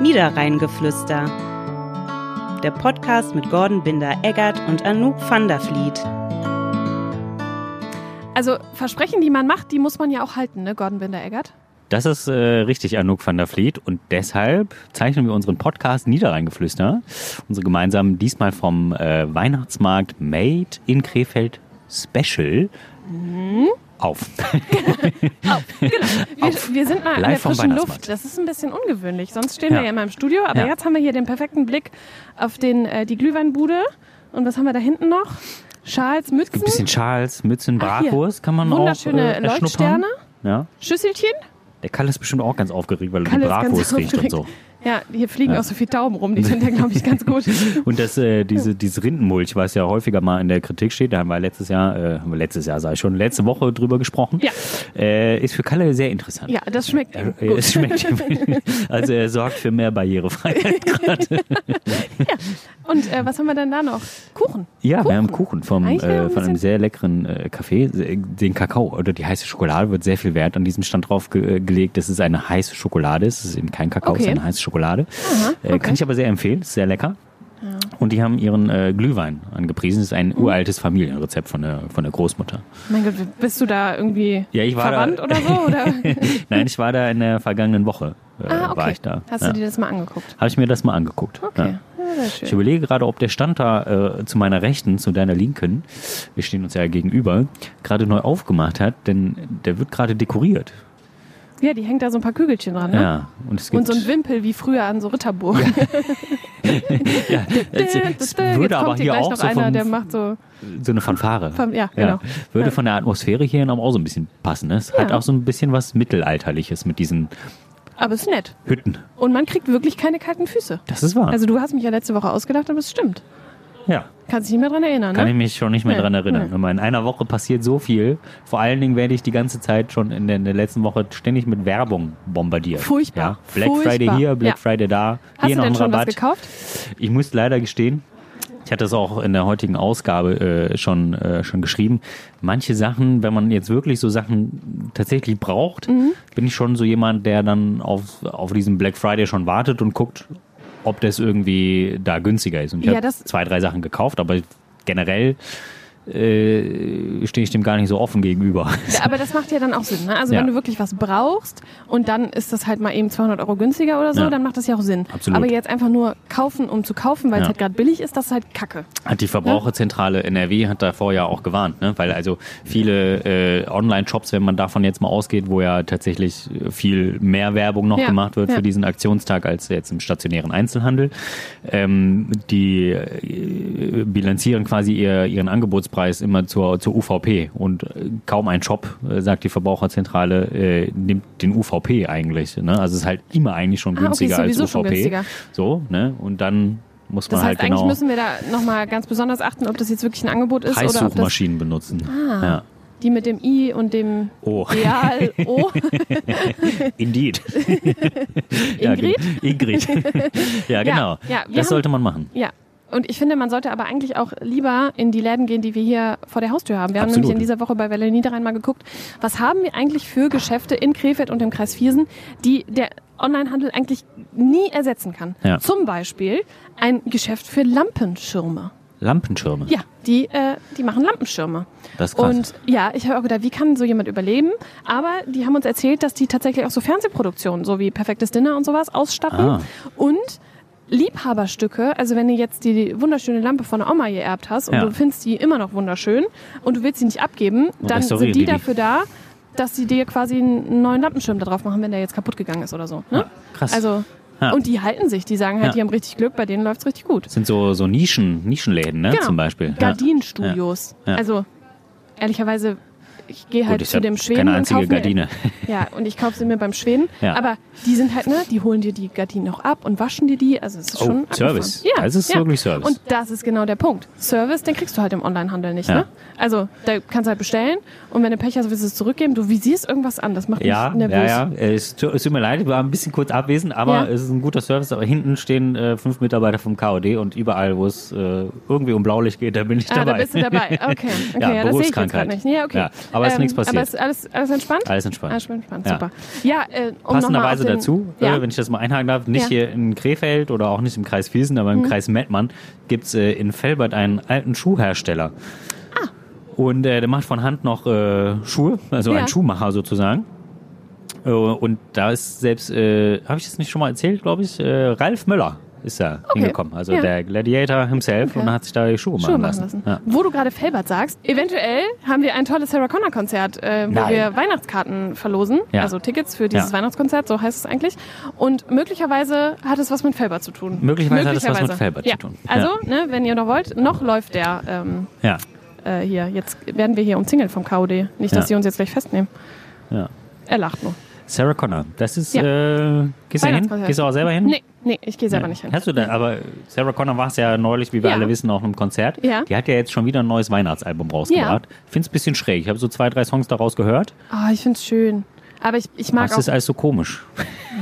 Niederrheingeflüster. Der Podcast mit Gordon Binder-Eggert und Anouk van der Vliet. Also Versprechen, die man macht, die muss man ja auch halten, ne, Gordon Binder-Eggert? Das ist äh, richtig, Anouk van der Vliet. Und deshalb zeichnen wir unseren Podcast Niederrheingeflüster, unsere gemeinsamen, diesmal vom äh, Weihnachtsmarkt Made in Krefeld Special, Mhm. auf. genau. Wir, wir sind mal in der Live vom frischen Luft. Weihnachtsmarkt. Das ist ein bisschen ungewöhnlich. Sonst stehen wir Ja. ja immer im Studio, aber Ja. jetzt haben wir hier den perfekten Blick auf den, äh, die Glühweinbude. Und was haben wir da hinten noch? Schals, Mützen, Ein bisschen Charles, Mützen, Ach, hier. Bratwurst kann man Wunderschöne auch äh, erschnuppern. Leuchtsterne. Ja. Schüsselchen. Der Kalle ist bestimmt auch ganz aufgeregt, weil er Kalle die ist ganz Bratwurst riecht und aufgeregt. so. Ja, hier fliegen auch so viele Daumen rum. Die sind ja, glaube ich, ganz gut. Und das, äh, diese, dieses Rindenmulch, was ja häufiger mal in der Kritik steht, da haben wir letztes Jahr, äh, haben wir letztes Jahr sei schon, letzte Woche drüber gesprochen, Ja. äh, ist für Kalle sehr interessant. Ja, das schmeckt ihm Er, gut. es schmeckt, ihm- also er sorgt für mehr Barrierefreiheit. Und äh, was haben wir denn da noch? Kuchen. Ja, wir haben Kuchen vom, Eigentlich wäre äh, ein von einem bisschen- sehr leckeren äh, Café. Sehr- Den Kakao oder die heiße Schokolade wird sehr viel Wert an diesem Stand drauf ge äh, gelegt, dass es eine heiße Schokolade ist. Es ist eben kein Kakao, es ist Okay. eine heiße Schokolade. Äh, okay. kann ich aber sehr empfehlen, ist sehr lecker. Und die haben ihren äh, Glühwein angepriesen. Das ist ein Mhm. uraltes Familienrezept von der, von der Großmutter. Mein Gott, bist du da irgendwie Ja, ich war verwandt da- oder so? Oder? Nein, ich war da in der vergangenen Woche. Äh, ah, okay. War ich da. Hast ja. du dir das mal angeguckt? Habe ich mir das mal angeguckt. Okay, Ja. ja. sehr Ich schön. überlege gerade, ob der Stand da äh, zu meiner Rechten, zu deiner Linken, wir stehen uns ja gegenüber, gerade neu aufgemacht hat, denn der wird gerade dekoriert. Ja, die hängt da so ein paar Kügelchen dran. Ne? Ja, und es Und gibt. so ein Wimpel wie früher an so Ritterburg. es, es würde aber hier auch noch so, einer, vom, der macht so. so eine Fanfare. Fan- ja, genau. Würde von der Atmosphäre hier aber auch so ein bisschen passen. Ne? Es hat Ja. auch so ein bisschen was Mittelalterliches mit diesen Aber ist nett. Hütten. Und man kriegt wirklich keine kalten Füße. Das ist wahr. Also du hast mich ja letzte Woche ausgedacht, aber es stimmt. ja. Kannst dich nicht mehr dran erinnern. Kann ne? ich mich schon nicht mehr Nee, dran erinnern. nee. Guck mal, In einer Woche passiert so viel. Vor allen Dingen werde ich die ganze Zeit schon in der, in der letzten Woche ständig mit Werbung bombardiert. Furchtbar. Ja? Black Furchtbar. Friday hier, Black Ja. Friday da. Hast du hier noch ein denn schon was Rabatt. gekauft? ich muss leider gestehen, ich hatte es auch in der heutigen Ausgabe äh, schon, äh, schon geschrieben. Manche Sachen, wenn man jetzt wirklich so Sachen tatsächlich braucht, Mhm. bin ich schon so jemand, der dann auf, auf diesen Black Friday schon wartet und guckt, ob das irgendwie da günstiger ist. Und ich Ja, habe das- zwei, drei Sachen gekauft, aber generell äh, stehe ich dem gar nicht so offen gegenüber. Aber das macht ja dann auch Sinn. Ne? Also Ja. wenn du wirklich was brauchst und dann ist das halt mal eben 200 Euro günstiger oder so, Ja. dann macht das ja auch Sinn. Absolut. Aber jetzt einfach nur kaufen, um zu kaufen, weil es Ja. halt gerade billig ist, das ist halt Kacke. Hat die Verbraucherzentrale NRW hat davor ja auch gewarnt, ne? weil also viele äh, Online-Shops, wenn man davon jetzt mal ausgeht, wo ja tatsächlich viel mehr Werbung noch Ja, gemacht wird ja. für diesen Aktionstag als jetzt im stationären Einzelhandel, ähm, die äh, bilanzieren quasi ihr, ihren Angebotspreis immer zur, zur UVP und äh, kaum ein Shop, äh, sagt die Verbraucherzentrale, äh, nimmt den UVP eigentlich. Ne? Also es ist halt immer eigentlich schon Ah, okay, günstiger sowieso als schon UVP. günstiger. So, ne? Und dann muss man Das halt heißt, genau eigentlich müssen wir da nochmal ganz besonders achten, ob das jetzt wirklich ein Angebot ist oder ob das Ah. Preissuchmaschinen benutzen. Ja. die mit dem I und dem Oh, Real O. indeed. Ja, ge- Ingrid? Ingrid. ja, genau. ja, wir das haben- sollte man machen. Ja. Und ich finde, man sollte aber eigentlich auch lieber in die Läden gehen, die wir hier vor der Haustür haben. Wir haben Absolut. nämlich in dieser Woche bei Welle Niederrhein mal geguckt, was haben wir eigentlich für Geschäfte in Krefeld und im Kreis Viersen, die der Onlinehandel eigentlich nie ersetzen kann. Ja. Zum Beispiel ein Geschäft für Lampenschirme. Lampenschirme. Ja, die, äh, die machen Lampenschirme. Das ist krass. Und ja, ich habe auch gedacht, wie kann so jemand überleben? Aber die haben uns erzählt, dass die tatsächlich auch so Fernsehproduktionen, so wie Perfektes Dinner und sowas, ausstatten. Ah. Und Liebhaberstücke, also wenn du jetzt die wunderschöne Lampe von der Oma geerbt hast und Ja. du findest die immer noch wunderschön und du willst sie nicht abgeben, dann restaurieren sind die die die. dafür da, dass sie dir quasi einen neuen Lampenschirm da drauf machen, wenn der jetzt kaputt gegangen ist oder so. Ne? Krass. Also, Ja. und die halten sich, die sagen halt, Ja. die haben richtig Glück, bei denen läuft's richtig gut. das sind so, so Nischen, Nischenläden, ne? Genau. Zum Beispiel. Ja. Gardinenstudios. Ja. Ja. Also, ehrlicherweise, ich gehe Gut, halt ich zu habe dem Schweden. keine und einzige kauf mir- Gardine. Ja, und ich kaufe sie mir beim Schweden. Ja. Aber die sind halt, ne, die holen dir die Gardinen noch ab und waschen dir die. Also, es ist Oh, schon. abgefahren. Service. Ja, Das ist ja. wirklich Service. Und das ist genau der Punkt. Service, den kriegst du halt im Onlinehandel nicht, Ja. ne? Also, da kannst du halt bestellen und wenn du Pech hast, willst du es zurückgeben. Du visierst irgendwas an. Das macht Ja, mich nervös. ja, ja. Es, tu- es tut mir leid, ich war ein bisschen kurz abwesend, Ja. aber es ist ein guter Service. Aber hinten stehen äh, fünf Mitarbeiter vom KOD und überall, wo es äh, irgendwie um Blaulicht geht, da bin ich Ah, dabei. da bist du dabei. Okay, okay, ja, das sehe ich jetzt gerade Berufskrankheit. nicht. Ja, okay. Ähm, Ja, aber Aber es ist nichts Aber passiert. ist alles, alles entspannt? Alles entspannt. Alles entspannt, Ja. super. Ja, äh, um noch mal auf Passenderweise den, dazu, Ja. äh, wenn ich das mal einhaken darf, nicht Ja. Mhm. hier in Krefeld oder auch nicht im Kreis Viersen, aber im Kreis Mettmann gibt es äh, in Felbert einen alten Schuhhersteller. Ah. Und äh, der macht von Hand noch äh, Schuhe, also Ja. ein Schuhmacher sozusagen. Äh, und da ist selbst, äh, habe ich das nicht schon mal erzählt, glaube ich, äh, Ralf Möller ist da hingekommen. Also Ja. der Gladiator himself Okay. und hat sich da die Schuhe, Schuhe machen machen lassen. lassen. Ja. Wo du gerade Felbert sagst, eventuell haben wir ein tolles Sarah Connor Konzert, äh, wo Nein. wir Weihnachtskarten verlosen, Ja. also Tickets für dieses Ja. Weihnachtskonzert, so heißt es eigentlich. Und möglicherweise hat es was mit Felbert zu tun. Möglicherweise hat es was mit Felbert zu ja. tun. Also, ne, wenn ihr noch wollt, noch läuft der ähm, Ja, äh, hier. Jetzt werden wir hier umzingelt vom KOD. Nicht, dass Ja. die uns jetzt gleich festnehmen. ja. Er lacht nur. Sarah Connor, das ist, Ja. äh, gehst du da hin? Weihnachtskonzert. Gehst du auch selber hin? Nee, nee, ich gehe selber Ja. nicht hin. Hast du da, aber Sarah Connor war es ja neulich, wie wir Ja. alle wissen, auf einem Konzert. Ja. Die hat ja jetzt schon wieder ein neues Weihnachtsalbum rausgebracht. Ich finde es ein bisschen schräg. Ich habe so zwei, drei Songs daraus gehört. Ah, ich find's schön. Aber ich, ich mag Das ist auch. alles so komisch.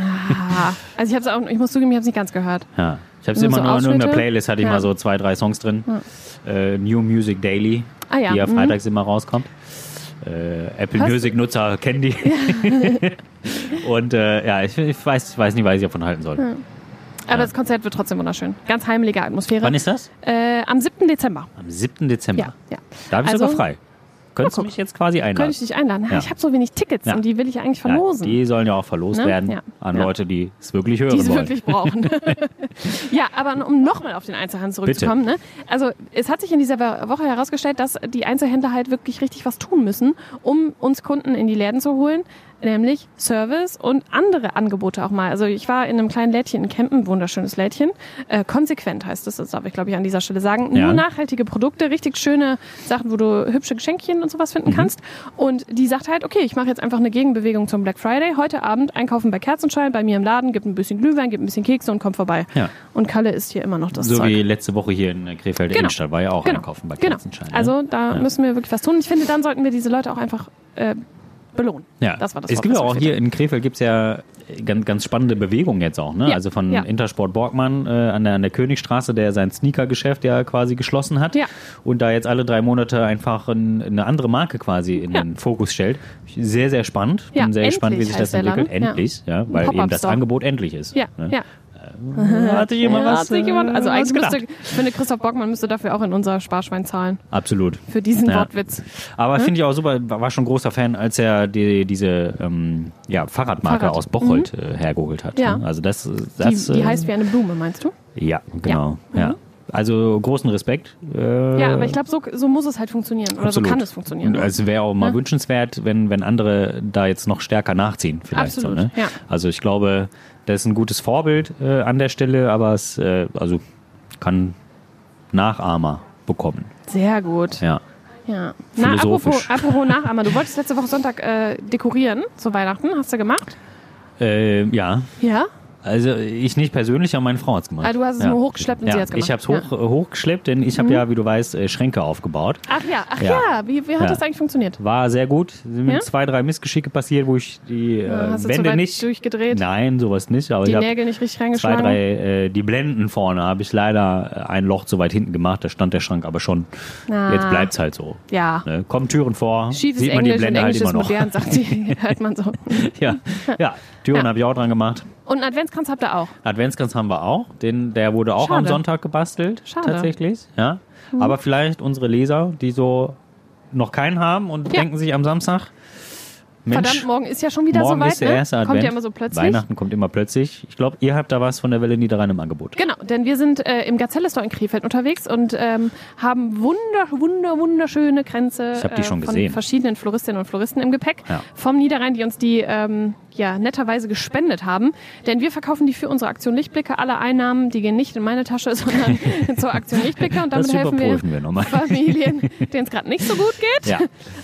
Ah, also ich hab's auch, ich muss zugeben, ich hab's nicht ganz gehört. Ja. Ich habe es Nur immer so nur in irgendeiner Ausschnitte? Playlist, hatte ich Ja. mal so zwei, drei Songs drin. Äh, New Music Daily, Ah ja, die ja mhm. freitags immer rauskommt. Äh, Apple Hast- Music Nutzer kennen die. Und äh, ja, ich, ich, weiß, ich weiß nicht, was ich davon halten soll. Aber das Konzert wird trotzdem wunderschön. Ganz heimelige Atmosphäre. Wann ist das? äh, am 7. Dezember. Am 7. Dezember. Ja, ja. Da habe ich Also- sogar frei. Könntest du mich jetzt quasi einladen? Könnte ich dich einladen? Ha, Genau. Ja. Ich habe so wenig Tickets Ja. und die will ich eigentlich Ja, verlosen. die sollen ja auch verlost Ne? werden Ja. an Ja. Leute, die es wirklich hören die sie wollen. wirklich brauchen. ja, aber um nochmal auf den Einzelhandel zurückzukommen. Ne? Also es hat sich in dieser Woche herausgestellt, dass die Einzelhändler halt wirklich richtig was tun müssen, um uns Kunden in die Läden zu holen, nämlich Service und andere Angebote auch mal. Also ich war in einem kleinen Lädchen in Kempen, wunderschönes Lädchen. Äh, konsequent heißt es, das darf ich glaube ich an dieser Stelle sagen. Ja. Nur nachhaltige Produkte, richtig schöne Sachen, wo du hübsche Geschenkchen und sowas Mhm. finden kannst. Und die sagt halt, okay, ich mache jetzt einfach eine Gegenbewegung zum Black Friday. Heute Abend einkaufen bei Kerzenschein, bei mir im Laden, gibt ein bisschen Glühwein, gibt ein bisschen Kekse und komm vorbei. Ja. Und Kalle ist hier immer noch das so Zeug. wie letzte Woche hier in Krefeld Genau. Innenstadt war ja auch Genau. einkaufen bei genau. Kerzenschein. ne? Also da Ja. müssen wir wirklich was tun. Ich finde, dann sollten wir diese Leute auch einfach äh, belohnen. ja. Das war das es Wort, gibt ja das mir auch fehlte. hier in Krefeld gibt's ja äh, ganz, ganz spannende Bewegungen jetzt auch. Ne? Ja. Also von Ja. Intersport Borgmann äh, an, der, an der Königstraße, der sein Sneakergeschäft ja quasi geschlossen hat Ja. und da jetzt alle drei Monate einfach ein, eine andere Marke quasi in Ja. den Fokus stellt. Sehr, sehr spannend. Bin Ja, sehr gespannt, wie endlich sich heißt das der entwickelt. Laden. Ja. Endlich, ja, Ein weil eben das Pop-Up-Store. Angebot endlich ist. Ja, ne? ja. Hat sich jemand Ja, was? hat sich jemand, äh, also was eigentlich gedacht? müsste, ich finde, Christoph Bockmann müsste dafür auch in unser Sparschwein zahlen. Absolut. Für diesen Ja. Wortwitz. ne? Aber finde ich auch super, war war schon großer Fan, als er die, diese ähm, ja, Fahrradmarke Fahrrad. Mhm. aus Bocholt äh, hergeholt hat. Ja. ne? Also das, Die, das die äh, heißt wie eine Blume, meinst du? Ja, genau. Ja. Also großen Respekt. Äh, Ja, aber ich glaube, so, so muss es halt funktionieren. Oder absolut. so kann es funktionieren. Und Es wäre auch mal Ne? wünschenswert, wenn, wenn andere da jetzt noch stärker nachziehen, vielleicht Absolut, so. Ne? ja. Also ich glaube, das ist ein gutes Vorbild äh, an der Stelle, aber es äh, also kann Nachahmer bekommen. Sehr gut. Ja. Ja. Na, Philosophisch. apropos, apropos Nachahmer, du wolltest letzte Woche Sonntag äh, dekorieren zu Weihnachten. Hast du gemacht? Äh, ja. Ja. Also ich nicht persönlich, aber meine Frau hat's gemacht. Ah, du hast es nur hochgeschleppt und ja. sie hat's Ich gemacht. Mhm. habe es hoch, äh, hochgeschleppt, denn ich habe ja, wie du weißt, äh, Schränke aufgebaut. Ach ja, ach ja. Ja. Wie, wie hat Ja. das eigentlich funktioniert? War sehr gut. Sind mir Ja? zwei, drei Missgeschicke passiert, wo ich die äh, Hast du zu Wände weit nicht. durchgedreht? Nein, sowas nicht. Aber Die ich hab Nägel nicht richtig zwei, reingeschlagen? drei, äh, die Blenden vorne habe ich leider äh, ein Loch zu weit hinten gemacht. Da stand der Schrank aber schon. Na. Jetzt bleibt's halt so. Ja. Ne? Kommen Türen vor, Ah. Schiefes sieht man Englisch die Blende und halt Englisch immer ist noch. modern, sagt sie. Hört man so. ja. ja, Türen Ja. habe ich auch dran gemacht. Und einen Adventskranz habt ihr auch. Adventskranz haben wir auch. Den, der wurde auch am Schade. Sonntag gebastelt, Schade. Mhm. tatsächlich. Ja. Aber vielleicht unsere Leser, die so noch keinen haben und Ja. denken sich am Samstag, Mensch, Verdammt, morgen ist ja schon wieder morgen so weit. ist der ne? erste Advent. Kommt ja immer so plötzlich. Weihnachten kommt immer plötzlich. Ich glaube, ihr habt da was von der Welle Niederrhein im Angebot. Genau, denn wir sind äh, im Gazelle-Store in Krefeld unterwegs und ähm, haben wunder, wunder, wunderschöne Kränze Ich hab die äh, schon von gesehen. verschiedenen Floristinnen und Floristen im Gepäck Ja. vom Niederrhein, die uns die ähm, ja, netterweise gespendet haben. Denn wir verkaufen die für unsere Aktion Lichtblicke. Alle Einnahmen, die gehen nicht in meine Tasche, sondern zur Aktion Lichtblicke. Und damit Das helfen wir überprüfen wir nochmal. Familien, denen es gerade nicht so gut geht. Ja.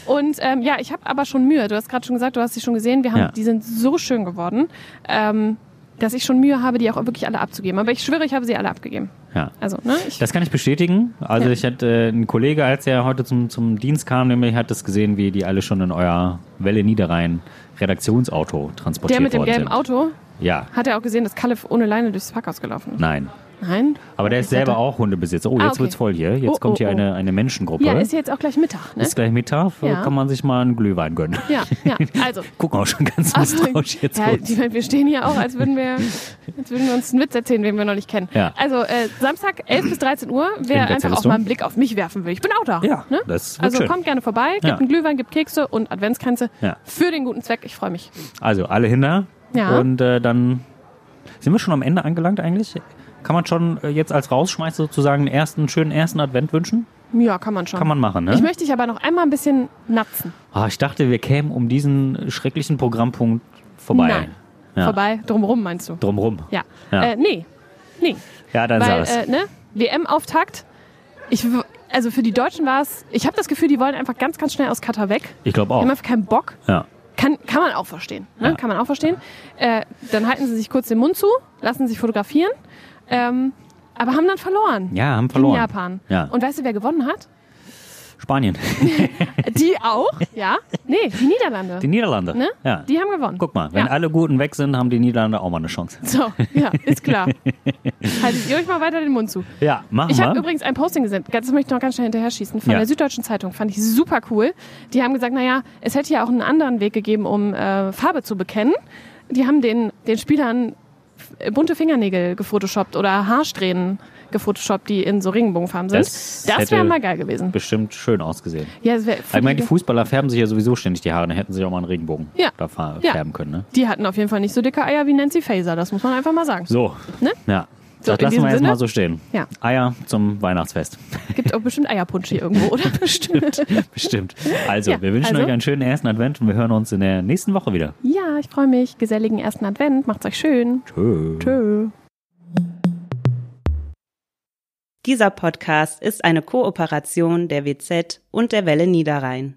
Und ähm, ja, ich habe aber schon Mühe. Du hast gerade schon gesagt, du hast sie schon gesehen. Wir haben, Ja. die sind so schön geworden, ähm, dass ich schon Mühe habe, die auch wirklich alle abzugeben. Aber ich schwöre, ich habe sie alle abgegeben. Ja. Also, ne? Ich, Das kann ich bestätigen. Also ich hatte äh, einen Kollege, als er heute zum, zum Dienst kam, nämlich hat das gesehen, wie die alle schon in euer Welle Niederrhein Redaktionsauto transportiert der mit dem worden gelben sind. Auto Ja, hat er auch gesehen, dass Kalle ohne Leine durchs Parkhaus gelaufen ist. nein. Nein. Aber der ist selber auch Hundebesitzer. Oh, jetzt Ah, okay. wird's voll hier. Jetzt Oh, kommt oh, hier oh. eine, eine Menschengruppe. Ja, ist ja jetzt auch gleich Mittag, ne? Ist gleich Mittag, äh, Ja. kann man sich mal einen Glühwein gönnen. Ja, ja, also. Gucken auch schon ganz misstrauisch jetzt. ja, uns. ich meine, wir stehen hier auch, als würden wir, als würden wir uns einen Witz erzählen, den wir noch nicht kennen. Ja. Also äh, Samstag 11 bis 13 Uhr, wer einfach Witz auch hättest du? mal einen Blick auf mich werfen will. Ich bin auch da. Ja, ne? das wird Also schön. kommt gerne vorbei, gibt Ja. einen Glühwein, gibt Kekse und Adventskränze Ja. für den guten Zweck. Ich freue mich. Also alle hinter. Ja. Und äh, dann sind wir schon am Ende angelangt eigentlich. Kann man schon äh, jetzt als Rausschmeißer sozusagen einen ersten, schönen ersten Advent wünschen? Ja, kann man schon. Kann man machen, ne? Ich möchte dich aber noch einmal ein bisschen natzen. Ah, ich dachte, wir kämen um diesen schrecklichen Programmpunkt vorbei. Nein. Ja. Vorbei, drumrum meinst du? Drumrum. Ja. Ja. Äh, nee. Nee. Ja, dann Weil, sag's. äh, ne? WM-Auftakt. Ich, w- also für die Deutschen war es, ich habe das Gefühl, die wollen einfach ganz, ganz schnell aus Katar weg. ich glaube Die auch. haben einfach keinen Bock. Ja. Kann, kann man auch verstehen. Ne? Ja. Kann man auch verstehen. Äh, dann halten sie sich kurz den Mund zu, lassen sich fotografieren, ähm, aber haben dann verloren. ja, haben verloren. In Japan. Ja. Und weißt du, wer gewonnen hat? Spanien. Die auch? Ja? Nee, die Niederlande. Die Niederlande. ne? Ja. Die haben gewonnen. Guck mal, wenn ja. alle Guten weg sind, haben die Niederlande auch mal eine Chance. So, ja, ist klar. Haltet ihr euch mal weiter den Mund zu. Ja, machen Ich habe wir. übrigens ein Posting gesehen, das möchte ich noch ganz schnell hinterher schießen, von Ja. der Süddeutschen Zeitung. Fand ich super cool. Die haben gesagt, naja, es hätte ja auch einen anderen Weg gegeben, um äh, Farbe zu bekennen. Die haben den, den Spielern f- bunte Fingernägel gefotoshoppt oder Haarsträhnen gefotoshoppt, die in so Regenbogenfarben sind. Das Das, wäre hätte- mal geil gewesen. Bestimmt schön ausgesehen. Ja, das wär, Ich meine, die Fußballer färben sich ja sowieso ständig die Haare, dann hätten sie auch mal einen Regenbogen Ja. da fa- Ja. färben können. Ne? die hatten auf jeden Fall nicht so dicke Eier wie Nancy Faser, das muss man einfach mal sagen. So. Ne? Ja. So, das in lassen diesem wir jetzt Sinne? mal so stehen. Ja. Eier zum Weihnachtsfest. Gibt auch bestimmt Eierpunsch hier irgendwo, oder? Bestimmt. Bestimmt. Also, Ja, wir wünschen also. euch einen schönen ersten Advent und wir hören uns in der nächsten Woche wieder. Ja, ich freue mich. Geselligen ersten Advent. Macht's euch schön. Tschö. Tschö. Dieser Podcast ist eine Kooperation der WZ und der Welle Niederrhein.